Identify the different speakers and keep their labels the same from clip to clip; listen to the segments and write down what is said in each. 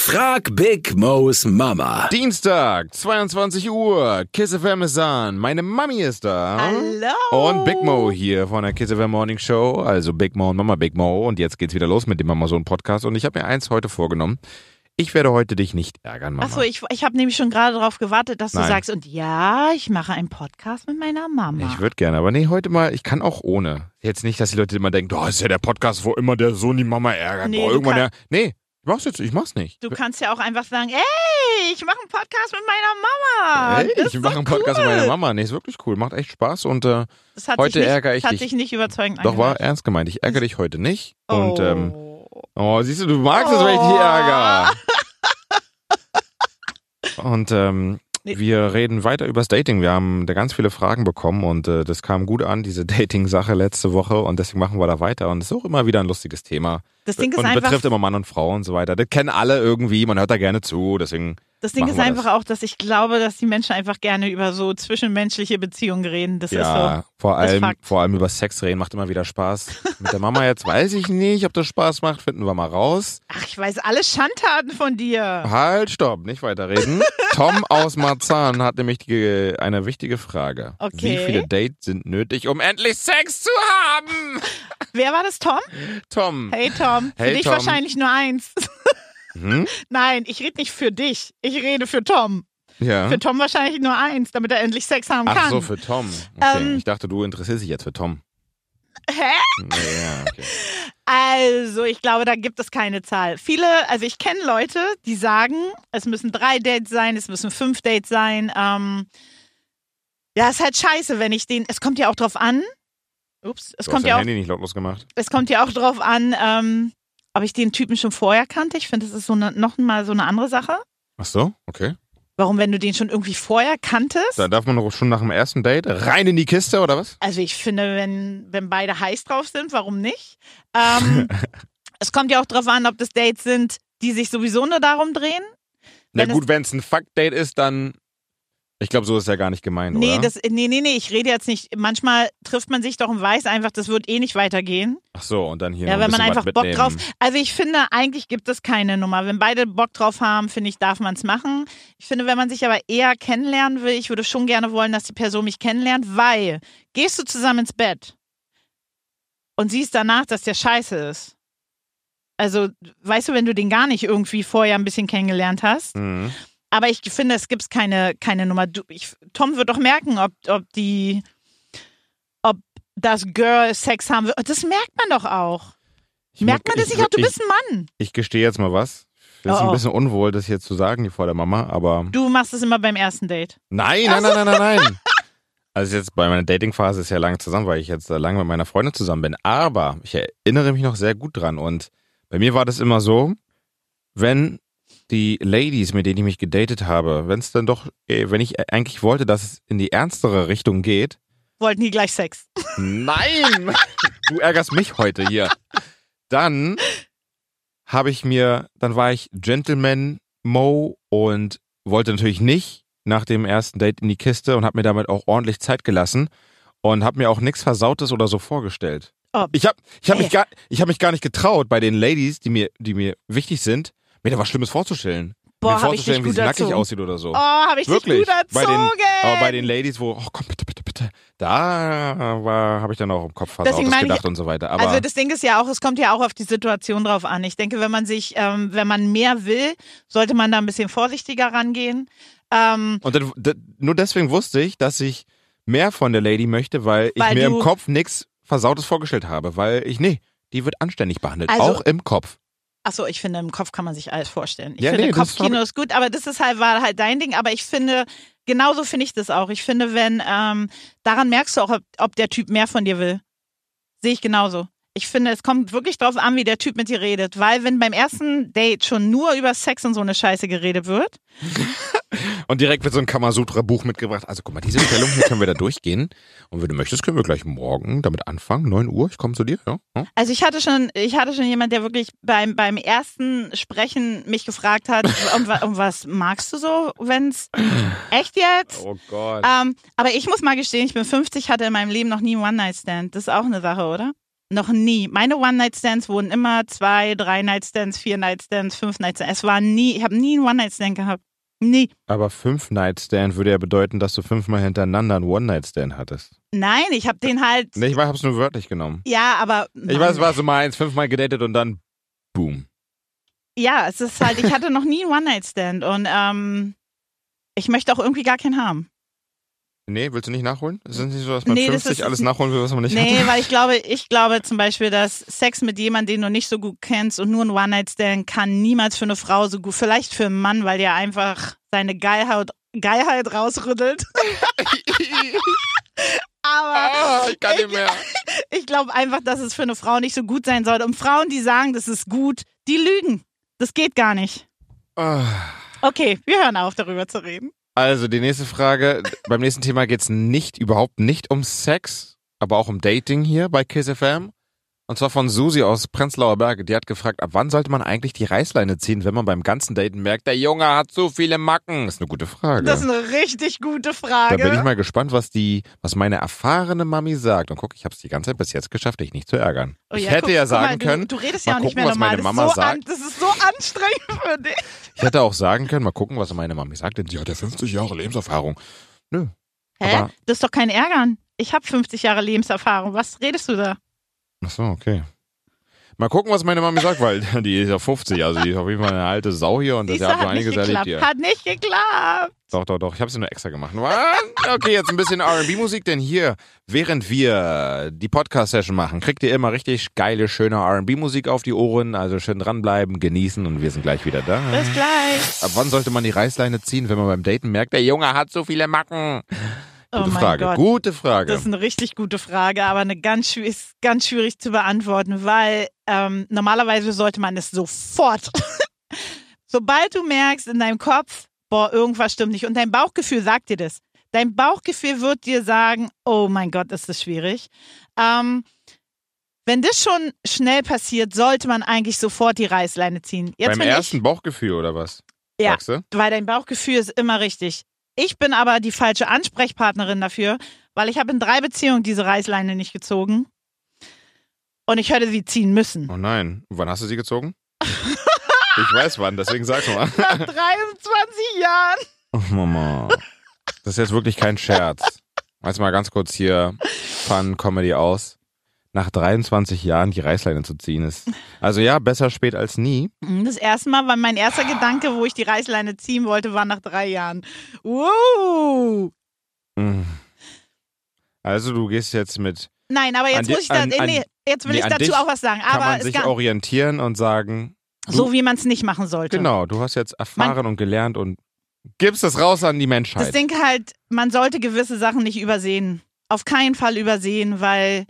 Speaker 1: Frag Big Mo's Mama.
Speaker 2: Dienstag, 22 Uhr, Kiss FM ist an. Meine Mami ist da.
Speaker 3: Hallo.
Speaker 2: Und Big Mo hier von der Kiss FM Morning Show. Also Big Mo und Mama Big Mo. Und jetzt geht's wieder los mit dem Mama Sohn Podcast. Und ich habe mir eins heute vorgenommen. Ich werde heute dich nicht ärgern, Mama.
Speaker 3: Achso, ich, ich habe nämlich schon gerade darauf gewartet, dass du
Speaker 2: Nein.
Speaker 3: sagst, und ja, ich mache einen Podcast mit meiner Mama.
Speaker 2: Ich würde gerne, aber nee, heute mal, ich kann auch ohne. Jetzt nicht, dass die Leute immer denken, oh, ist ja der Podcast, wo immer der Sohn die Mama ärgert.
Speaker 3: Nee,
Speaker 2: Boah,
Speaker 3: du
Speaker 2: irgendwann
Speaker 3: kann-
Speaker 2: der, nee, ich mach's jetzt, ich mach's nicht.
Speaker 3: du kannst ja auch einfach sagen, ey, ich mache einen Podcast mit meiner Mama.
Speaker 2: Ey,
Speaker 3: Das ist
Speaker 2: ich mache
Speaker 3: so
Speaker 2: einen Podcast
Speaker 3: cool.
Speaker 2: mit meiner Mama. Nee, ist wirklich cool. Macht echt Spaß und äh,
Speaker 3: Das hat
Speaker 2: Heute
Speaker 3: dich nicht,
Speaker 2: ärgere ich
Speaker 3: das hat
Speaker 2: dich.
Speaker 3: dich nicht überzeugend
Speaker 2: doch war
Speaker 3: angehört.
Speaker 2: ernst gemeint. Ich ärgere dich heute nicht.
Speaker 3: Oh.
Speaker 2: Und ähm, oh, siehst du, du magst es, wenn ich
Speaker 3: Oh.
Speaker 2: dich ärgere. Und ähm,
Speaker 3: Nee.
Speaker 2: wir reden weiter übers Dating. Wir haben da ganz viele Fragen bekommen und äh, das kam gut an, diese Dating-Sache letzte Woche. Und deswegen machen wir da weiter. Und es ist auch immer wieder ein lustiges Thema.
Speaker 3: das Ding ist
Speaker 2: und
Speaker 3: einfach,
Speaker 2: betrifft immer Mann und Frau und so weiter. Das kennen alle irgendwie, man hört da gerne zu, deswegen.
Speaker 3: das Ding
Speaker 2: machen
Speaker 3: ist
Speaker 2: wir
Speaker 3: einfach auch, dass ich glaube, dass die Menschen einfach gerne über so zwischenmenschliche Beziehungen reden. Das ist so.
Speaker 2: ja, vor
Speaker 3: Das ist
Speaker 2: allem,
Speaker 3: Fakt.
Speaker 2: vor allem über Sex reden macht immer wieder Spaß. Mit der Mama jetzt weiß ich nicht, ob das Spaß macht, finden wir mal raus.
Speaker 3: Ach, ich weiß alle Schandtaten von dir.
Speaker 2: Halt, stopp, nicht weiterreden. Tom aus Marzahn hat nämlich die, eine wichtige Frage.
Speaker 3: Okay.
Speaker 2: Wie viele Dates sind nötig, um endlich Sex zu haben?
Speaker 3: Wer war das, Tom?
Speaker 2: Tom.
Speaker 3: Hey, Tom. Für
Speaker 2: Hey,
Speaker 3: dich
Speaker 2: Tom.
Speaker 3: wahrscheinlich nur eins.
Speaker 2: Hm?
Speaker 3: Nein, ich rede nicht für dich. Ich rede für Tom.
Speaker 2: Ja.
Speaker 3: Für Tom wahrscheinlich nur eins, damit er endlich Sex haben
Speaker 2: Hm? Ach
Speaker 3: kann.
Speaker 2: so, für Tom. Okay.
Speaker 3: Ähm.
Speaker 2: ich dachte, du interessierst dich jetzt für Tom.
Speaker 3: Hä?
Speaker 2: Ja, okay.
Speaker 3: Also, ich glaube, da gibt es keine Zahl. Viele, also ich kenne Leute, die sagen, es müssen drei Dates sein, es müssen fünf Dates sein. Ähm, ja, ist halt scheiße, wenn ich den. Es kommt ja auch drauf an. Ups, es
Speaker 2: Du hast
Speaker 3: kommt
Speaker 2: dein
Speaker 3: ja auch,
Speaker 2: Handy nicht lautlos gemacht.
Speaker 3: es kommt ja auch drauf an, ähm, ob ich den Typen schon vorher kannte. Ich finde, das ist so eine, noch mal so eine andere Sache.
Speaker 2: Ach so, okay.
Speaker 3: Warum, wenn du den schon irgendwie vorher kanntest?
Speaker 2: Da darf man doch schon nach dem ersten Date rein in die Kiste oder was?
Speaker 3: Also ich finde, wenn, wenn beide heiß drauf sind, warum nicht? Ähm, es kommt ja auch drauf an, ob das Dates sind, die sich sowieso nur darum drehen.
Speaker 2: Na
Speaker 3: Wenn es-
Speaker 2: gut, wenn es ein Fuck-Date ist, dann. Ich glaube, so ist ja gar nicht gemeint,
Speaker 3: Nee,
Speaker 2: oder?
Speaker 3: das, nee, nee, nee, ich rede jetzt nicht. Manchmal trifft man sich doch und weiß einfach, das wird eh nicht weitergehen.
Speaker 2: Ach so, und dann hier.
Speaker 3: Ja,
Speaker 2: noch ein
Speaker 3: wenn man
Speaker 2: bisschen was
Speaker 3: einfach Bock drauf-
Speaker 2: mitnehmen.
Speaker 3: Also ich finde, eigentlich gibt es keine Nummer. Wenn beide Bock drauf haben, finde ich, darf man es machen. Ich finde, wenn man sich aber eher kennenlernen will, ich würde schon gerne wollen, dass die Person mich kennenlernt, weil gehst du zusammen ins Bett und siehst danach, dass der scheiße ist. Also, weißt du, wenn du den gar nicht irgendwie vorher ein bisschen kennengelernt hast.
Speaker 2: Mhm.
Speaker 3: Aber ich finde, es gibt keine, keine Nummer. Du, ich, Tom wird doch merken, ob, ob die, ob das Girl Sex haben will. Das merkt man doch auch.
Speaker 2: Ich
Speaker 3: Merkt
Speaker 2: mag-
Speaker 3: man das
Speaker 2: ich-
Speaker 3: nicht auch? Du
Speaker 2: ich-
Speaker 3: bist ein Mann.
Speaker 2: Ich gestehe jetzt mal was. Das ist
Speaker 3: Oh,
Speaker 2: ein
Speaker 3: oh.
Speaker 2: bisschen unwohl, das jetzt zu sagen hier vor der Mama, aber.
Speaker 3: Du machst es immer beim ersten Date.
Speaker 2: Nein, nein, nein, nein, nein, nein. Also jetzt bei meiner Dating-Phase ist ja lange zusammen, weil ich jetzt äh, lange mit meiner Freundin zusammen bin. Aber ich erinnere mich noch sehr gut dran. Und bei mir war das immer so, wenn die Ladies, mit denen ich mich gedatet habe, wenn es dann doch, äh, wenn ich eigentlich wollte, dass es in die ernstere Richtung geht,
Speaker 3: Wollten die gleich Sex.
Speaker 2: Nein! Du ärgerst mich heute hier. Dann habe ich mir, dann war ich Gentleman Mo und wollte natürlich nicht nach dem ersten Date in die Kiste und habe mir damit auch ordentlich Zeit gelassen und habe mir auch nichts Versautes oder so vorgestellt.
Speaker 3: Oh.
Speaker 2: Ich habe ich hab mich,
Speaker 3: Ey.
Speaker 2: gar- ich hab mich gar nicht getraut, bei den Ladies, die mir, die mir wichtig sind, mir da was Schlimmes vorzustellen.
Speaker 3: Boah,
Speaker 2: mir
Speaker 3: hab ich dich
Speaker 2: vorzustellen, wie
Speaker 3: gut
Speaker 2: sie nackig
Speaker 3: erzogen.
Speaker 2: aussieht oder so.
Speaker 3: Oh, habe ich
Speaker 2: Wirklich.
Speaker 3: dich gut
Speaker 2: Bei den-
Speaker 3: erzogen.
Speaker 2: Aber bei den Ladies, wo, oh komm, bitte, bitte, bitte, da war, habe ich dann auch im Kopf
Speaker 3: Deswegen
Speaker 2: versautes
Speaker 3: meine ich-
Speaker 2: gedacht und so weiter. Aber
Speaker 3: also das Ding ist ja auch, es kommt ja auch auf die Situation drauf an. Ich denke, wenn man sich, ähm, wenn man mehr will, sollte man da ein bisschen vorsichtiger rangehen. Ähm,
Speaker 2: und dann, d- nur deswegen wusste ich, dass ich mehr von der Lady möchte, weil, ich
Speaker 3: Weil
Speaker 2: mir im
Speaker 3: du-
Speaker 2: Kopf nichts Versautes vorgestellt habe, weil ich, nee, die wird anständig behandelt,
Speaker 3: Also-
Speaker 2: auch im Kopf.
Speaker 3: achso, ich finde, im Kopf kann man sich alles vorstellen. Ich
Speaker 2: Ja,
Speaker 3: finde,
Speaker 2: nee, das
Speaker 3: Kopfkino
Speaker 2: hab
Speaker 3: ist gut, aber das ist halt, war halt dein Ding. Aber ich finde, genauso finde ich das auch. Ich finde, wenn, ähm, daran merkst du auch, ob, ob der Typ mehr von dir will. Sehe ich genauso. Ich finde, es kommt wirklich drauf an, wie der Typ mit dir redet. Weil wenn beim ersten Date schon nur über Sex und so eine Scheiße geredet wird,
Speaker 2: Und direkt wird so ein Kamasutra-Buch mitgebracht. Also guck mal, diese Stellung hier können wir da durchgehen. Und wenn du möchtest, können wir gleich morgen damit anfangen. 9 Uhr, ich komme zu dir. Ja, ja.
Speaker 3: also ich hatte schon, ich hatte schon jemand, der wirklich beim, beim ersten Sprechen mich gefragt hat, um, wa- um was magst du so, wenn's echt jetzt?
Speaker 2: Oh Gott.
Speaker 3: Ähm, aber ich muss mal gestehen, ich bin 50, hatte in meinem Leben noch nie einen One-Night-Stand. Das ist auch eine Sache, oder? Noch nie. Meine One-Night-Stands wurden immer zwei, drei Night-Stands, vier Night-Stands, fünf Night-Stands. Es war nie, ich habe nie einen One-Night-Stand gehabt. Nie.
Speaker 2: Aber Fünf-Night-Stand würde ja bedeuten, dass du fünfmal hintereinander einen One-Night-Stand hattest.
Speaker 3: Nein, ich habe den halt.
Speaker 2: Nee, ich hab's nur wörtlich genommen.
Speaker 3: Ja, aber.
Speaker 2: Ich weiß, was du meinst. Fünfmal gedatet und dann boom.
Speaker 3: Ja, es ist halt, ich hatte noch nie einen One-Night-Stand und ähm, ich möchte auch irgendwie gar keinen haben.
Speaker 2: Nee, willst du nicht nachholen? Ist es nicht so, dass man
Speaker 3: Nee, das
Speaker 2: 50
Speaker 3: ist-
Speaker 2: alles nachholen will, was man nicht
Speaker 3: nee,
Speaker 2: hat?
Speaker 3: weil ich glaube, ich glaube zum Beispiel, dass Sex mit jemandem, den du nicht so gut kennst und nur ein One-Night-Stand kann niemals für eine Frau so gut, vielleicht für einen Mann, weil der einfach seine Geilheit, Geilheit rausrüttelt. Aber
Speaker 2: Ah, ich kann nicht mehr.
Speaker 3: ich glaube einfach, dass es für eine Frau nicht so gut sein sollte. Und Frauen, die sagen, das ist gut, die lügen. Das geht gar nicht.
Speaker 2: Ah.
Speaker 3: Okay, wir hören auf, darüber zu reden.
Speaker 2: Also die nächste Frage. Beim nächsten Thema geht es nicht, überhaupt nicht um Sex, aber auch um Dating hier bei Kiss FM. Und zwar von Susi aus Prenzlauer Berge. Die hat gefragt, ab wann sollte man eigentlich die Reißleine ziehen, wenn man beim ganzen Daten merkt, der Junge hat so viele Macken? Ist eine gute Frage.
Speaker 3: Das ist eine richtig gute
Speaker 2: da
Speaker 3: Frage.
Speaker 2: bin ich mal gespannt, was die, was meine erfahrene Mami sagt. Und guck, ich habe es die ganze Zeit bis jetzt geschafft, dich nicht zu ärgern.
Speaker 3: Oh
Speaker 2: ich
Speaker 3: ja,
Speaker 2: hätte
Speaker 3: guck-
Speaker 2: ja
Speaker 3: guck mal,
Speaker 2: sagen
Speaker 3: du,
Speaker 2: können,
Speaker 3: Du redest
Speaker 2: mal
Speaker 3: ja auch nicht
Speaker 2: gucken,
Speaker 3: mehr
Speaker 2: was
Speaker 3: normal.
Speaker 2: meine Mama
Speaker 3: das, ist so an,
Speaker 2: sagt.
Speaker 3: das ist so anstrengend für dich.
Speaker 2: ich hätte auch sagen können, mal gucken, was meine Mami sagt, denn sie hat ja 50 Jahre Lebenserfahrung.
Speaker 3: Hä?
Speaker 2: Aber-
Speaker 3: das ist doch kein Ärgern. Ich habe 50 Jahre Lebenserfahrung. Was redest du da?
Speaker 2: Ach so, okay. Mal gucken, was meine Mami sagt, weil die ist ja 50, also die ist auf jeden Fall eine alte Sau hier und das
Speaker 3: Siehst du,
Speaker 2: hat so
Speaker 3: hat nicht
Speaker 2: einiges erlebt
Speaker 3: geklappt.
Speaker 2: hier.
Speaker 3: Hat nicht geklappt.
Speaker 2: Doch, doch, doch, ich habe sie nur extra gemacht. Mann, Okay, jetzt ein bisschen R&B-Musik, denn hier, während wir die Podcast-Session machen, kriegt ihr immer richtig geile, schöne R&B-Musik auf die Ohren, also schön dranbleiben, genießen und wir sind gleich wieder da.
Speaker 3: Bis gleich.
Speaker 2: Ab wann sollte man die Reißleine ziehen, wenn man beim Daten merkt, der Junge hat so viele Macken?
Speaker 3: oh
Speaker 2: Gute
Speaker 3: mein
Speaker 2: Frage,
Speaker 3: Gott.
Speaker 2: gute Frage.
Speaker 3: Das ist eine richtig gute Frage, aber eine ganz, schwi- ist ganz schwierig zu beantworten, weil ähm, normalerweise sollte man es sofort. Sobald du merkst in deinem Kopf, boah, irgendwas stimmt nicht und dein Bauchgefühl sagt dir das. Dein Bauchgefühl wird dir sagen, oh mein Gott, ist das schwierig. Ähm, wenn das schon schnell passiert, sollte man eigentlich sofort die Reißleine ziehen. Jetzt
Speaker 2: beim
Speaker 3: bin
Speaker 2: ersten Bauchgefühl oder was?
Speaker 3: Ja.
Speaker 2: Sagst du?
Speaker 3: ich, weil dein Bauchgefühl ist immer richtig. Ich bin aber die falsche Ansprechpartnerin dafür, weil ich habe in drei Beziehungen diese Reißleine nicht gezogen. Und ich hätte sie ziehen müssen.
Speaker 2: Oh nein. Wann hast du sie gezogen? ich weiß wann, deswegen sag's mal.
Speaker 3: Nach 23 Jahren.
Speaker 2: Oh, Mama. Das ist jetzt wirklich kein Scherz. Jetzt mal ganz kurz hier Fun Comedy aus. Nach 23 Jahren die Reißleine zu ziehen ist. Also ja, besser spät als nie.
Speaker 3: Mhm, Das erste Mal war mein erster Gedanke, wo ich die Reißleine ziehen wollte, war nach drei Jahren. Wow.
Speaker 2: Mm. Also du gehst jetzt mit,
Speaker 3: Nein, aber
Speaker 2: An
Speaker 3: jetzt
Speaker 2: di-
Speaker 3: muss ich da,
Speaker 2: an- an-
Speaker 3: nee, jetzt will
Speaker 2: nee,
Speaker 3: ich
Speaker 2: an
Speaker 3: dazu
Speaker 2: dich
Speaker 3: auch was sagen.
Speaker 2: kann
Speaker 3: Aber
Speaker 2: man
Speaker 3: es
Speaker 2: sich
Speaker 3: kann-
Speaker 2: orientieren und sagen,
Speaker 3: so wie man es nicht machen sollte.
Speaker 2: genau, du hast jetzt erfahren und gelernt und gibst das raus an die
Speaker 3: Das
Speaker 2: Menschheit.
Speaker 3: Ding halt, man sollte gewisse Sachen nicht übersehen. Auf keinen Fall übersehen, weil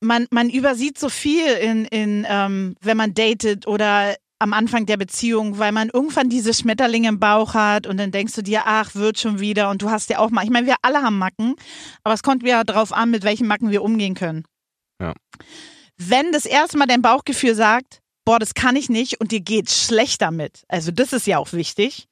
Speaker 3: man, man übersieht so viel in, in ähm, wenn man datet oder am Anfang der Beziehung, weil man irgendwann diese Schmetterlinge im Bauch hat und dann denkst du dir, ach, wird schon wieder und du hast ja auch mal. Ich meine, wir alle haben Macken, aber es kommt ja drauf an, mit welchen Macken wir umgehen können.
Speaker 2: Ja.
Speaker 3: Wenn das erste Mal dein Bauchgefühl sagt, boah, das kann ich nicht und dir geht's schlecht damit, also das ist ja auch wichtig,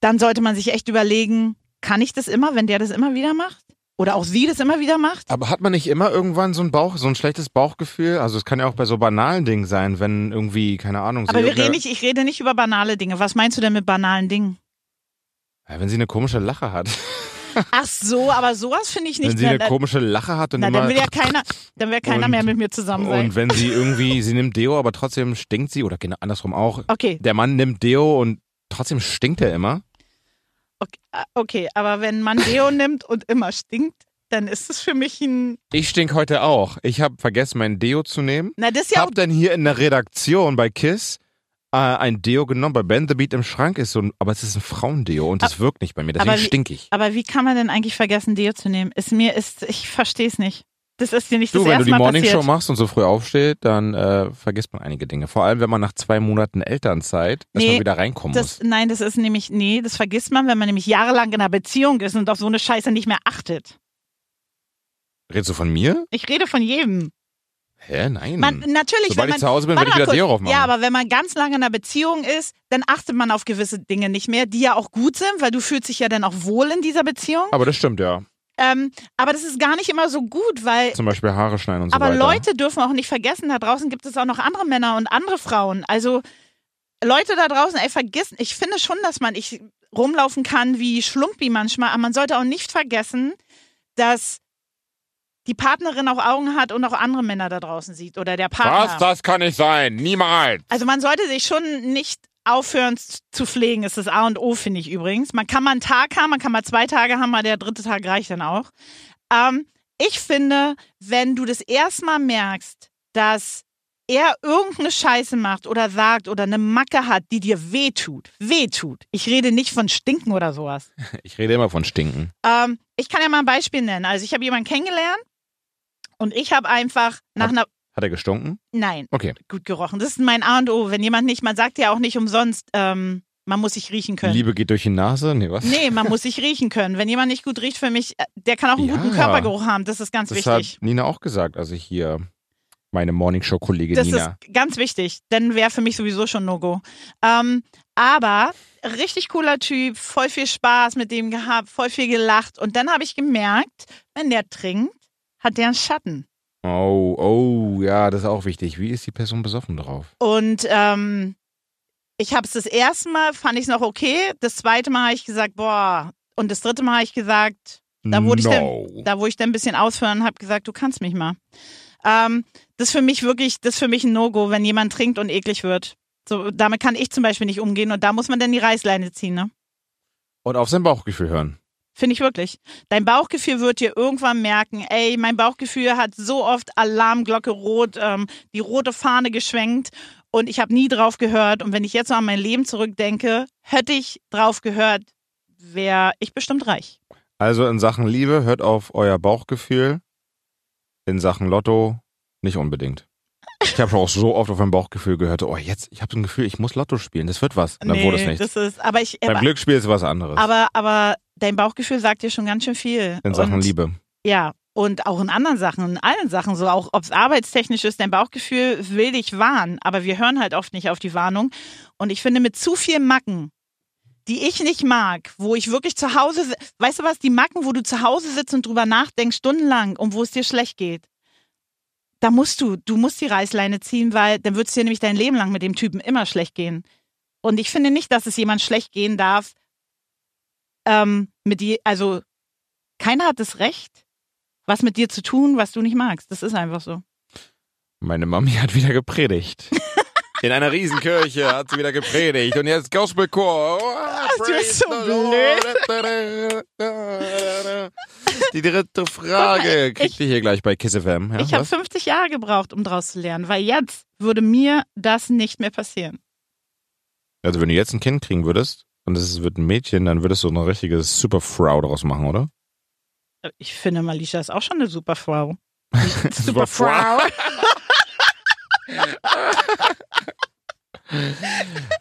Speaker 3: dann sollte man sich echt überlegen, kann ich das immer, wenn der das immer wieder macht? Oder auch sie das immer wieder macht?
Speaker 2: Aber hat man nicht immer irgendwann so ein Bauch, so ein schlechtes Bauchgefühl? Also es kann ja auch bei so banalen Dingen sein, wenn irgendwie, keine Ahnung, sie
Speaker 3: Aber wir
Speaker 2: irgendeine-
Speaker 3: reden nicht, ich rede nicht über banale Dinge. Was meinst du denn mit banalen Dingen?
Speaker 2: Ja, wenn sie eine komische Lache hat.
Speaker 3: Ach so, aber sowas finde ich nicht
Speaker 2: wenn sie
Speaker 3: mehr.
Speaker 2: eine komische Lache hat und
Speaker 3: na,
Speaker 2: immer
Speaker 3: dann will ja keiner, dann will keiner
Speaker 2: Und-
Speaker 3: mehr mit mir zusammen sein.
Speaker 2: und wenn sie irgendwie, sie nimmt Deo, aber trotzdem stinkt sie oder genau andersrum auch.
Speaker 3: Okay,
Speaker 2: Der Mann nimmt Deo und trotzdem stinkt er immer.
Speaker 3: okay, ah, okay, aber wenn man Deo nimmt und immer stinkt, dann ist es für mich ein.
Speaker 2: Ich stink heute auch. Ich habe vergessen, mein Deo zu nehmen.
Speaker 3: Na, das ist ja auch.
Speaker 2: Hab dann hier in der Redaktion bei Kiss äh, ein Deo genommen. Bei Ben the Beat im Schrank ist so ein, aber es ist ein Frauendeo und das wirkt nicht bei mir. Deswegen
Speaker 3: aber wie-
Speaker 2: stink ich.
Speaker 3: Aber wie kann man denn eigentlich vergessen, Deo zu nehmen? Ist mir ist, ich verstehe es nicht. Das ist dir nicht
Speaker 2: Du,
Speaker 3: das
Speaker 2: wenn
Speaker 3: erste
Speaker 2: du die
Speaker 3: Mal
Speaker 2: Morning
Speaker 3: passiert.
Speaker 2: Show machst und so früh aufsteht, dann äh, vergisst man einige Dinge. Vor allem, wenn man nach zwei Monaten Elternzeit erstmal
Speaker 3: Nee,
Speaker 2: wieder reinkommen
Speaker 3: Das,
Speaker 2: muss.
Speaker 3: nein, das ist nämlich, nee, das vergisst man, wenn man nämlich jahrelang in einer Beziehung ist und auf so eine Scheiße nicht mehr achtet.
Speaker 2: Redest du von mir?
Speaker 3: Ich rede von jedem.
Speaker 2: Hä? Nein.
Speaker 3: Man, natürlich,
Speaker 2: Hm. Sobald
Speaker 3: wenn
Speaker 2: ich
Speaker 3: man.
Speaker 2: zu Hause bin,
Speaker 3: Warte
Speaker 2: werde ich wieder
Speaker 3: mal kurz.
Speaker 2: Deo drauf machen.
Speaker 3: Ja, aber wenn man ganz lange in einer Beziehung ist, dann achtet man auf gewisse Dinge nicht mehr, die ja auch gut sind, weil du fühlst dich ja dann auch wohl in dieser Beziehung.
Speaker 2: aber das stimmt, ja.
Speaker 3: Ähm, aber das ist gar nicht immer so gut, weil
Speaker 2: Zum Beispiel Haare schneiden und so
Speaker 3: aber
Speaker 2: weiter.
Speaker 3: Leute dürfen auch nicht vergessen, da draußen gibt es auch noch andere Männer und andere Frauen. Also Leute da draußen, ey, vergessen, ich finde schon, dass man ich rumlaufen kann wie Schlumpi manchmal, aber man sollte auch nicht vergessen, dass die Partnerin auch Augen hat und auch andere Männer da draußen sieht oder der Partner.
Speaker 2: Was? Das kann nicht sein. Niemals.
Speaker 3: Also man sollte sich schon nicht aufhören z- zu pflegen, ist das A und O, finde ich übrigens. Man kann mal einen Tag haben, man kann mal zwei Tage haben, mal der dritte Tag reicht dann auch. Ähm, ich finde, wenn du das erstmal merkst, dass er irgendeine Scheiße macht oder sagt oder eine Macke hat, die dir wehtut, wehtut. Ich rede nicht von Stinken oder sowas.
Speaker 2: Ich rede immer von Stinken.
Speaker 3: Ähm, ich kann ja mal ein Beispiel nennen. Also ich habe jemanden kennengelernt und ich habe einfach nach
Speaker 2: Hat-
Speaker 3: einer...
Speaker 2: Hat er gestunken?
Speaker 3: Nein,
Speaker 2: Okay.
Speaker 3: gut gerochen. Das ist mein A und O. Wenn jemand nicht, man sagt ja auch nicht umsonst, ähm, man muss sich riechen können.
Speaker 2: Liebe geht durch die Nase? Nee, was?
Speaker 3: Nee, man muss sich riechen können. Wenn jemand nicht gut riecht für mich, äh, der kann auch einen
Speaker 2: Ja.
Speaker 3: guten Körpergeruch haben. Das ist ganz
Speaker 2: das
Speaker 3: wichtig.
Speaker 2: hat Nina auch gesagt. Also hier meine Morningshow-Kollegin
Speaker 3: Das
Speaker 2: Nina.
Speaker 3: ist ganz wichtig. Denn wäre für mich sowieso schon No-Go. Ähm, aber richtig cooler Typ, voll viel Spaß mit dem gehabt, voll viel gelacht. Und dann habe ich gemerkt, wenn der trinkt, hat der einen Schatten.
Speaker 2: Oh, oh, ja, das ist auch wichtig. Wie ist die Person besoffen drauf?
Speaker 3: Und ähm, ich habe es das erste Mal, fand ich es noch okay. Das zweite Mal habe ich gesagt, boah. Und das dritte Mal habe ich gesagt, Da wurde ich
Speaker 2: no.
Speaker 3: da wo ich dann ein bisschen ausführen habe, gesagt, du kannst mich mal. Ähm, das ist für mich wirklich, das ist für mich ein No-Go, wenn jemand trinkt und eklig wird. So, damit kann ich zum Beispiel nicht umgehen und da muss man dann die Reißleine ziehen, ne?
Speaker 2: Und auf sein Bauchgefühl hören.
Speaker 3: Finde ich wirklich. Dein Bauchgefühl wird dir irgendwann merken, ey, mein Bauchgefühl hat so oft Alarmglocke rot, ähm, die rote Fahne geschwenkt und ich habe nie drauf gehört. Und wenn ich jetzt so an mein Leben zurückdenke, hätte ich drauf gehört, wäre ich bestimmt reich.
Speaker 2: Also in Sachen Liebe, hört auf euer Bauchgefühl. In Sachen Lotto nicht unbedingt. Ich habe auch so oft auf mein Bauchgefühl gehört, oh jetzt, ich habe so ein Gefühl, ich muss Lotto spielen, das wird was. Und dann wurde es nicht.
Speaker 3: das ist, aber ich,
Speaker 2: Beim
Speaker 3: aber,
Speaker 2: Glücksspiel ist was anderes.
Speaker 3: aber, aber dein Bauchgefühl sagt dir schon ganz schön viel.
Speaker 2: in Sachen
Speaker 3: und,
Speaker 2: Liebe.
Speaker 3: Ja, und auch in anderen Sachen, in allen Sachen, so auch ob es arbeitstechnisch ist, dein Bauchgefühl will dich warnen, aber wir hören halt oft nicht auf die Warnung. Und ich finde, mit zu viel Macken, die ich nicht mag, wo ich wirklich zu Hause, si- weißt du was, die Macken, wo du zu Hause sitzt und drüber nachdenkst, stundenlang, und wo es dir schlecht geht. Da musst du, du musst die Reißleine ziehen, weil dann wird es dir nämlich dein Leben lang mit dem Typen immer schlecht gehen. Und ich finde nicht, dass es jemand schlecht gehen darf. Ähm, mit die, also keiner hat das Recht, was mit dir zu tun, was du nicht magst. Das ist einfach so.
Speaker 2: Meine Mami hat wieder gepredigt. In einer Riesenkirche hat sie wieder gepredigt. Und jetzt Gospelchor. Oh,
Speaker 3: du bist so
Speaker 2: blöd. Die dritte Frage kriegt ihr hier gleich bei Kiss FM. Ja,
Speaker 3: ich habe
Speaker 2: was?
Speaker 3: 50 Jahre gebraucht, um draus zu lernen, weil jetzt würde mir das nicht mehr passieren.
Speaker 2: also wenn du jetzt ein Kind kriegen würdest und es ist- wird ein Mädchen, dann würdest du eine richtige Superfrau daraus machen, oder?
Speaker 3: Ich finde, Malisha ist auch schon eine super Frau.
Speaker 2: Superfrau.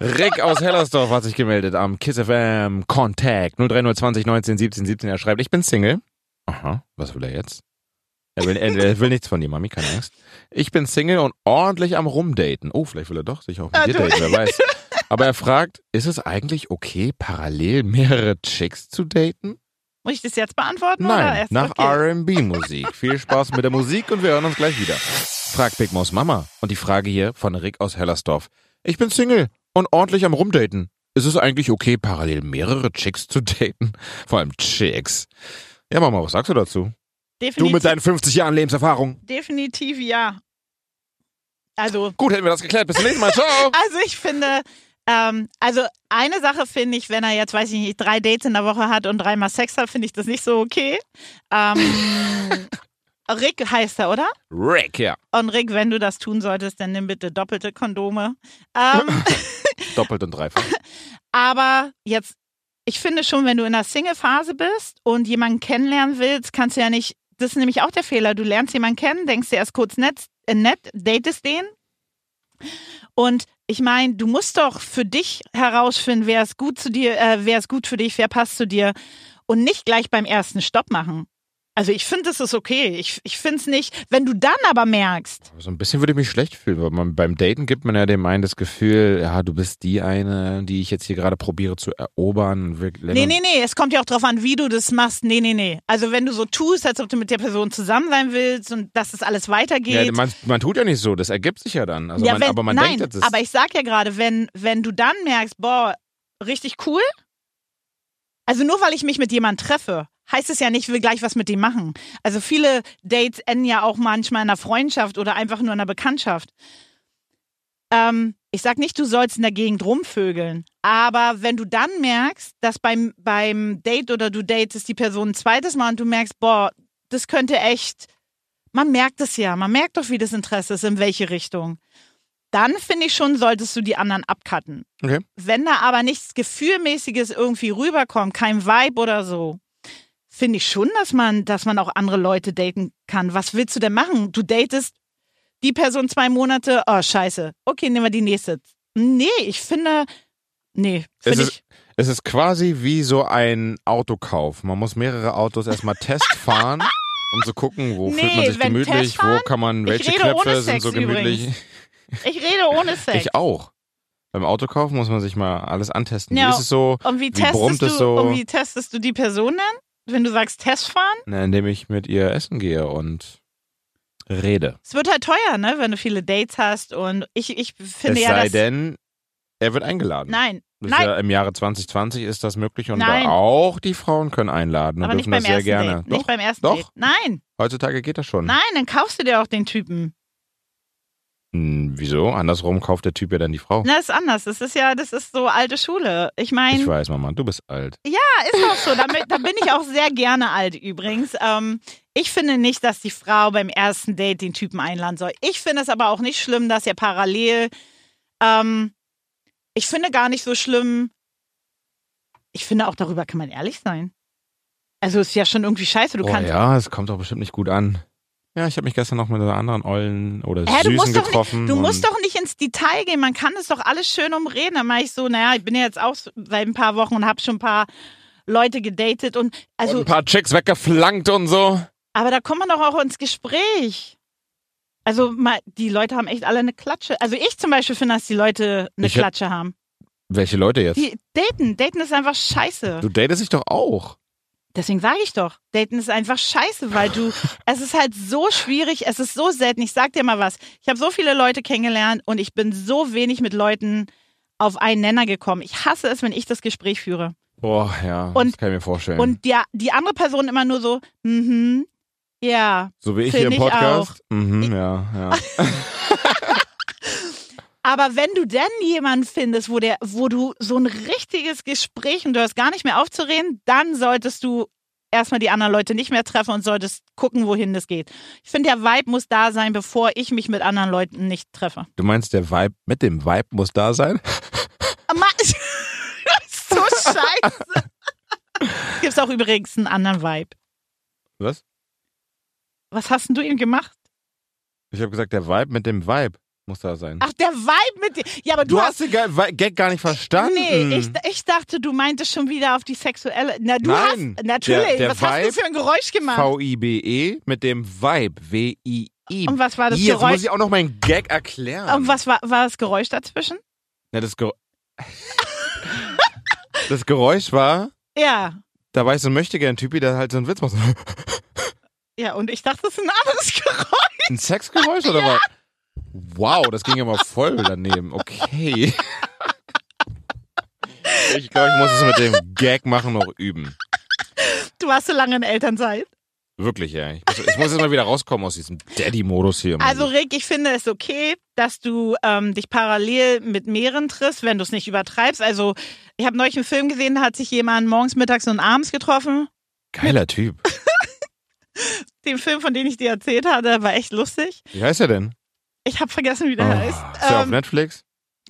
Speaker 2: Rick aus Hellersdorf hat sich gemeldet am Kiss FM Contact 03020 19 17 17. Er schreibt, ich bin Single. Aha, was will er jetzt? Er will, er, er will nichts von dir, Mami, keine Angst. Ich bin Single und ordentlich am Rumdaten. Oh, vielleicht will er doch sich auch mit
Speaker 3: Ah,
Speaker 2: dir
Speaker 3: du-
Speaker 2: daten, wer weiß. Aber er fragt, ist es eigentlich okay, parallel mehrere Chicks zu daten?
Speaker 3: Muss ich das jetzt beantworten? Oder
Speaker 2: Nein,
Speaker 3: erst?
Speaker 2: nach
Speaker 3: okay.
Speaker 2: RB-Musik. Viel Spaß mit der Musik und wir hören uns gleich wieder. Frag Big Mo's Mama. Und die Frage hier von Rick aus Hellersdorf. Ich bin Single und ordentlich am Rumdaten. Ist es eigentlich okay, parallel mehrere Chicks zu daten? Vor allem Chicks. Ja, Mama, was sagst du dazu? Du
Speaker 3: Definitiv,
Speaker 2: mit deinen 50 Jahren Lebenserfahrung.
Speaker 3: definitiv ja. Also,
Speaker 2: Gut, hätten wir das geklärt. Bis zum nächsten Mal. Ciao.
Speaker 3: also ich finde, ähm, also eine Sache finde ich, wenn er jetzt, weiß ich nicht, drei Dates in der Woche hat und dreimal Sex hat, finde ich das nicht so okay. Ähm, Rick heißt er, oder?
Speaker 2: Rick, ja.
Speaker 3: Und Rick, wenn du das tun solltest, dann nimm bitte doppelte Kondome. Ähm,
Speaker 2: Doppelt und dreifach.
Speaker 3: aber jetzt, ich finde schon, wenn du in der Single-Phase bist und jemanden kennenlernen willst, kannst du ja nicht, das ist nämlich auch der Fehler, du lernst jemanden kennen, denkst dir erst kurz nett, äh, nett datest den. Und ich meine, du musst doch für dich herausfinden, wer ist gut zu dir, äh, wer ist gut für dich, wer passt zu dir und nicht gleich beim ersten Stopp machen. Also ich finde, das ist okay. Ich, ich finde es nicht. Wenn du dann aber merkst,
Speaker 2: So ein bisschen würde ich mich schlecht fühlen, weil man, beim Daten gibt man ja dem einen das Gefühl, ja, du bist die eine, die ich jetzt hier gerade probiere zu erobern. und wirklich-
Speaker 3: nee, nee, nee, es kommt ja auch drauf an, wie du das machst. Nee, nee, nee. Also wenn du so tust, als ob du mit der Person zusammen sein willst und dass es alles weitergeht.
Speaker 2: Ja, man, man tut ja nicht so, das ergibt sich ja dann. Also
Speaker 3: Ja,
Speaker 2: man,
Speaker 3: wenn-
Speaker 2: aber man
Speaker 3: nein,
Speaker 2: denkt, das ist.
Speaker 3: aber ich sag ja gerade, wenn, wenn du dann merkst, boah, richtig cool. Also nur weil ich mich mit jemandem treffe, heißt es ja nicht, ich will gleich was mit dem machen. Also viele Dates enden ja auch manchmal in einer Freundschaft oder einfach nur in einer Bekanntschaft. Ähm, ich sag nicht, du sollst in der Gegend rumvögeln. Aber wenn du dann merkst, dass beim, beim Date oder du datest die Person ein zweites Mal und du merkst, boah, das könnte echt, man merkt es ja, man merkt doch, wie das Interesse ist, in welche Richtung dann finde ich schon, solltest du die anderen abcutten.
Speaker 2: Okay.
Speaker 3: Wenn da aber nichts Gefühlmäßiges irgendwie rüberkommt, kein Vibe oder so, finde ich schon, dass man, dass man auch andere Leute daten kann. Was willst du denn machen? Du datest die Person zwei Monate, oh scheiße, okay, nehmen wir die nächste. Nee, ich finde, nee,
Speaker 2: es,
Speaker 3: finde ich.
Speaker 2: ist, es ist quasi wie so ein Autokauf. Man muss mehrere Autos erstmal testfahren, um zu gucken, wo fühlt man
Speaker 3: Nee,
Speaker 2: sich
Speaker 3: wenn
Speaker 2: gemütlich, wo
Speaker 3: Testfahren-
Speaker 2: kann man,
Speaker 3: Ich
Speaker 2: welche
Speaker 3: rede
Speaker 2: Knöpfe
Speaker 3: ohne
Speaker 2: sind
Speaker 3: Sex
Speaker 2: so gemütlich.
Speaker 3: übrigens. Ich rede ohne Sex.
Speaker 2: Ich auch. Beim Autokauf muss man sich mal alles antesten.
Speaker 3: Ja.
Speaker 2: Wie ist es so,
Speaker 3: Und wie,
Speaker 2: brummt
Speaker 3: testest du,
Speaker 2: es so?
Speaker 3: und wie testest du die Person denn? Wenn du sagst Testfahren?
Speaker 2: na, indem ich mit ihr essen gehe und rede?
Speaker 3: Es wird halt teuer, ne, wenn du viele Dates hast. Und ich, ich finde
Speaker 2: es
Speaker 3: ja,
Speaker 2: sei
Speaker 3: dass.
Speaker 2: denn, er wird eingeladen.
Speaker 3: Nein,
Speaker 2: Das
Speaker 3: nein.
Speaker 2: ist ja Im Jahre 2020 ist das möglich und
Speaker 3: Nein.
Speaker 2: da auch die Frauen können einladen und
Speaker 3: aber nicht
Speaker 2: dürfen
Speaker 3: beim
Speaker 2: das sehr
Speaker 3: ersten
Speaker 2: gerne.
Speaker 3: Date.
Speaker 2: Doch,
Speaker 3: Nicht beim ersten
Speaker 2: doch. Hm.
Speaker 3: Date. Nein,
Speaker 2: heutzutage geht das schon.
Speaker 3: nein, dann kaufst du dir auch den Typen.
Speaker 2: Hm, wieso? Andersrum kauft der Typ ja dann die Frau.
Speaker 3: Na, ist anders. Das ist ja, das ist so alte Schule. Ich meine,
Speaker 2: Ich weiß, Mama, du bist alt.
Speaker 3: ja, ist auch so. Damit, da bin ich auch sehr gerne alt übrigens. Ähm, ich finde nicht, dass die Frau beim ersten Date den Typen einladen soll. Ich finde es aber auch nicht schlimm, dass er parallel. Ähm, ich finde gar nicht so schlimm. Ich finde auch darüber kann man ehrlich sein. Also ist ja schon irgendwie scheiße. Du
Speaker 2: oh
Speaker 3: kannst
Speaker 2: ja, es kommt doch bestimmt nicht gut an. Ja, ich habe mich gestern noch mit einer anderen Ollen oder
Speaker 3: Hä, du
Speaker 2: Süßen
Speaker 3: musst doch
Speaker 2: getroffen.
Speaker 3: Du
Speaker 2: und
Speaker 3: musst doch nicht ins Detail gehen, man kann es doch alles schön umreden. Dann mache ich so, naja, ich bin ja jetzt auch so seit ein paar Wochen und habe schon ein paar Leute gedatet und
Speaker 2: und
Speaker 3: also,
Speaker 2: ein paar Chicks weggeflankt und so.
Speaker 3: aber da kommt man doch auch ins Gespräch. Also mal, die Leute haben echt alle eine Klatsche. Also ich zum Beispiel finde, dass die Leute eine
Speaker 2: Ich hab-
Speaker 3: Klatsche haben.
Speaker 2: Welche Leute jetzt?
Speaker 3: Die daten, daten ist einfach scheiße.
Speaker 2: Du datest dich doch auch.
Speaker 3: Deswegen sage ich doch, Daten ist einfach scheiße, weil du, es ist halt so schwierig, es ist so selten. Ich sag dir mal was, ich habe so viele Leute kennengelernt und ich bin so wenig mit Leuten auf einen Nenner gekommen. Ich hasse es, wenn ich das Gespräch führe.
Speaker 2: Boah, ja, das
Speaker 3: Und-
Speaker 2: kann ich mir vorstellen.
Speaker 3: Und die, die andere Person immer nur so, mhm, ja.
Speaker 2: so wie ich hier im
Speaker 3: find ich
Speaker 2: Podcast. Mhm, ja, ja.
Speaker 3: Aber wenn du denn jemanden findest, wo, der, wo du so ein richtiges Gespräch und du hörst gar nicht mehr aufzureden, dann solltest du erstmal die anderen Leute nicht mehr treffen und solltest gucken, wohin das geht. Ich finde, der Vibe muss da sein, bevor ich mich mit anderen Leuten nicht treffe.
Speaker 2: Du meinst, der Vibe mit dem Vibe muss da sein?
Speaker 3: Ah, Mann, das ist so scheiße. Gibt es auch übrigens einen anderen Vibe.
Speaker 2: Was?
Speaker 3: Was hast denn du ihm gemacht?
Speaker 2: Ich habe gesagt, der Vibe mit dem Vibe muss da sein.
Speaker 3: Ach, der Vibe mit dir. Ja, aber du,
Speaker 2: du hast den Ge- Vi- Gag gar nicht verstanden.
Speaker 3: Nee, ich, ich dachte, du meintest schon wieder auf die sexuelle. Na, du
Speaker 2: Nein,
Speaker 3: hast.
Speaker 2: der-
Speaker 3: Natürlich.
Speaker 2: der
Speaker 3: was
Speaker 2: Vibe-
Speaker 3: hast du für ein Geräusch gemacht?
Speaker 2: V-I-B-E E mit dem Vibe. W-I-I.
Speaker 3: Und was war das
Speaker 2: Ih, Jetzt muss
Speaker 3: Geräusch?
Speaker 2: ich auch noch meinen Gag erklären.
Speaker 3: Und was war, war das Geräusch dazwischen?
Speaker 2: Na, das, Ger das Geräusch war,
Speaker 3: Ja.
Speaker 2: da war ich so ein Möchtegern-Typi, der halt so einen Witz macht.
Speaker 3: Ja, und ich dachte, das ist ein anderes Geräusch.
Speaker 2: Ein Sexgeräusch oder was? Wow, das ging ja mal voll daneben. Okay. Ich glaube, ich muss es mit dem Gag machen noch üben.
Speaker 3: Du warst so lange in Elternzeit.
Speaker 2: Wirklich, ja. Ich muss, ich muss jetzt mal wieder rauskommen aus diesem Daddy-Modus hier.
Speaker 3: Also, Rick, ich finde es okay, dass du ähm, dich parallel mit mehreren triffst, wenn du es nicht übertreibst. Also, ich habe neulich einen Film gesehen, da hat sich jemand morgens, mittags und abends getroffen.
Speaker 2: Geiler Typ.
Speaker 3: Den Film, von dem ich dir erzählt hatte, war echt lustig.
Speaker 2: Wie heißt er denn?
Speaker 3: Ich habe vergessen, wie der
Speaker 2: Oh,
Speaker 3: heißt.
Speaker 2: Ist er auf
Speaker 3: Ähm,
Speaker 2: Netflix?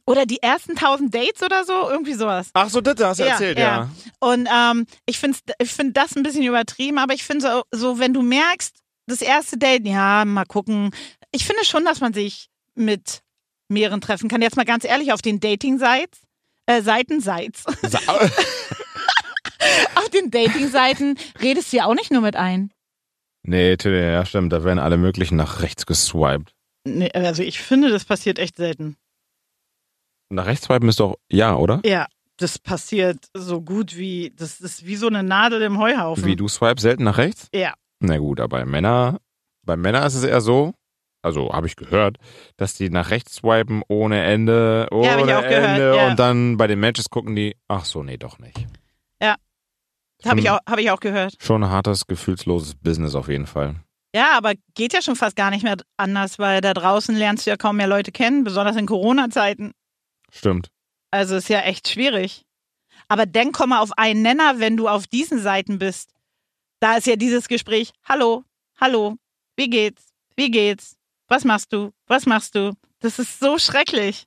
Speaker 3: Oder die ersten 1000 Dates oder so, irgendwie sowas.
Speaker 2: Ach so, das hast
Speaker 3: du Ja, erzählt, ja. ja. Und ähm, ich finde ich find das ein bisschen übertrieben, aber ich finde so, so, wenn du merkst, das erste Date, ja, mal gucken. Ich finde schon, dass man sich mit mehreren treffen kann. Jetzt mal ganz ehrlich, auf den Dating-Sites, äh, Seiten, Sites, auf den Dating-Seiten redest du ja auch nicht nur mit ein.
Speaker 2: Nee, t- ja, stimmt. Da werden alle möglichen nach rechts geswiped.
Speaker 3: Nee, also ich finde, das passiert echt selten.
Speaker 2: Nach rechts swipen ist doch ja, oder?
Speaker 3: Ja, das passiert so gut wie, das ist wie so eine Nadel im Heuhaufen.
Speaker 2: Wie du swipest selten nach rechts?
Speaker 3: Ja.
Speaker 2: Na gut, aber bei Männer, bei Männer ist es eher so, also habe ich gehört, dass die nach rechts swipen ohne Ende, ohne
Speaker 3: Ja, hab ich auch gehört,
Speaker 2: Ende
Speaker 3: ja.
Speaker 2: und dann bei den Matches gucken die, ach so, nee, doch nicht.
Speaker 3: Habe
Speaker 2: Hm.
Speaker 3: ich, auch- hab ich auch gehört.
Speaker 2: Schon ein hartes, gefühlsloses Business auf jeden Fall.
Speaker 3: Ja, aber geht ja schon fast gar nicht mehr anders, weil da draußen lernst du ja kaum mehr Leute kennen, besonders in Corona-Zeiten.
Speaker 2: Stimmt.
Speaker 3: Also ist ja echt schwierig. Aber denk komm mal auf einen Nenner, wenn du auf diesen Seiten bist. Da ist ja dieses Gespräch, hallo, hallo, wie geht's? Wie geht's? Was machst du? Was machst du? Das ist so schrecklich.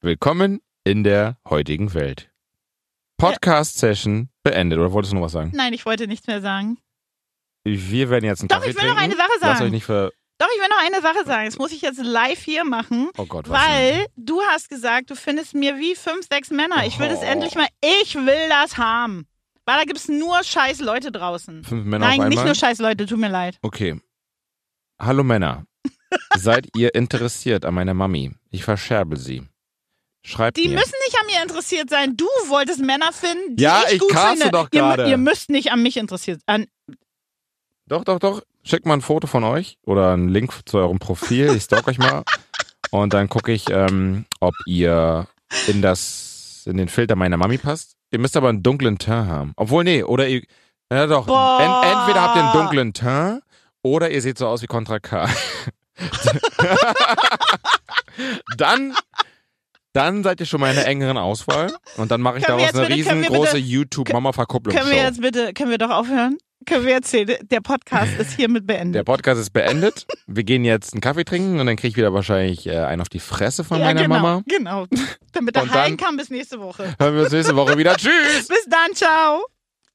Speaker 2: Willkommen in der heutigen Welt. Podcast-Session beendet. Oder wolltest du noch was sagen?
Speaker 3: Nein, ich wollte nichts mehr sagen.
Speaker 2: Wir werden jetzt einen
Speaker 3: Doch,
Speaker 2: Kaffee
Speaker 3: ich will
Speaker 2: trinken.
Speaker 3: noch eine Sache
Speaker 2: Lass euch
Speaker 3: sagen.
Speaker 2: nicht ver...
Speaker 3: Doch, ich will noch eine Sache sagen. Das muss ich jetzt live hier machen.
Speaker 2: Oh Gott, was denn?
Speaker 3: Weil du hast gesagt, du findest mir wie fünf, sechs Männer. Ich will das
Speaker 2: Oh.
Speaker 3: endlich mal. Ich will das haben. Weil da gibt es nur scheiß Leute draußen.
Speaker 2: Fünf Männer auf
Speaker 3: Nein,
Speaker 2: einmal?
Speaker 3: nicht nur scheiß Leute, tut mir leid.
Speaker 2: Okay. Hallo Männer. Seid ihr interessiert an meiner Mami? Ich verscherbel sie. Schreibt
Speaker 3: Die
Speaker 2: mir.
Speaker 3: müssen nicht an mir interessiert sein. Du wolltest Männer finden, die
Speaker 2: Ja,
Speaker 3: ich
Speaker 2: ich
Speaker 3: gut
Speaker 2: caste
Speaker 3: finde.
Speaker 2: doch
Speaker 3: ihr, mü-
Speaker 2: gerade.
Speaker 3: ihr müsst nicht an mich interessiert an
Speaker 2: Doch, doch, doch. Schickt mal ein Foto von euch oder einen Link zu eurem Profil. Ich stalk euch mal. Und dann gucke ich, ähm, ob ihr in das, in den Filter meiner Mami passt. Ihr müsst aber einen dunklen Teint haben. Obwohl, nee, oder ihr. Ja doch.
Speaker 3: Boah.
Speaker 2: En, entweder habt ihr einen dunklen Teint oder ihr seht so aus wie Contra K. dann, dann seid ihr schon mal in der engeren Auswahl. Und dann mache ich
Speaker 3: Können wir
Speaker 2: daraus
Speaker 3: jetzt
Speaker 2: eine
Speaker 3: bitte- können wir
Speaker 2: riesengroße
Speaker 3: bitte-
Speaker 2: YouTube-Mama-Verkupplung.
Speaker 3: Können wir jetzt bitte, können wir doch aufhören? Können wir jetzt hier, der Podcast ist hiermit
Speaker 2: Der
Speaker 3: beendet.
Speaker 2: Podcast ist beendet. Wir gehen jetzt einen Kaffee trinken und dann krieg ich wieder wahrscheinlich äh, einen auf die Fresse von
Speaker 3: ja,
Speaker 2: meiner
Speaker 3: genau,
Speaker 2: Mama.
Speaker 3: genau. Damit er
Speaker 2: Und dann-
Speaker 3: heilen kann bis nächste Woche.
Speaker 2: Hören wir uns nächste Woche wieder. Tschüss!
Speaker 3: Bis dann, ciao.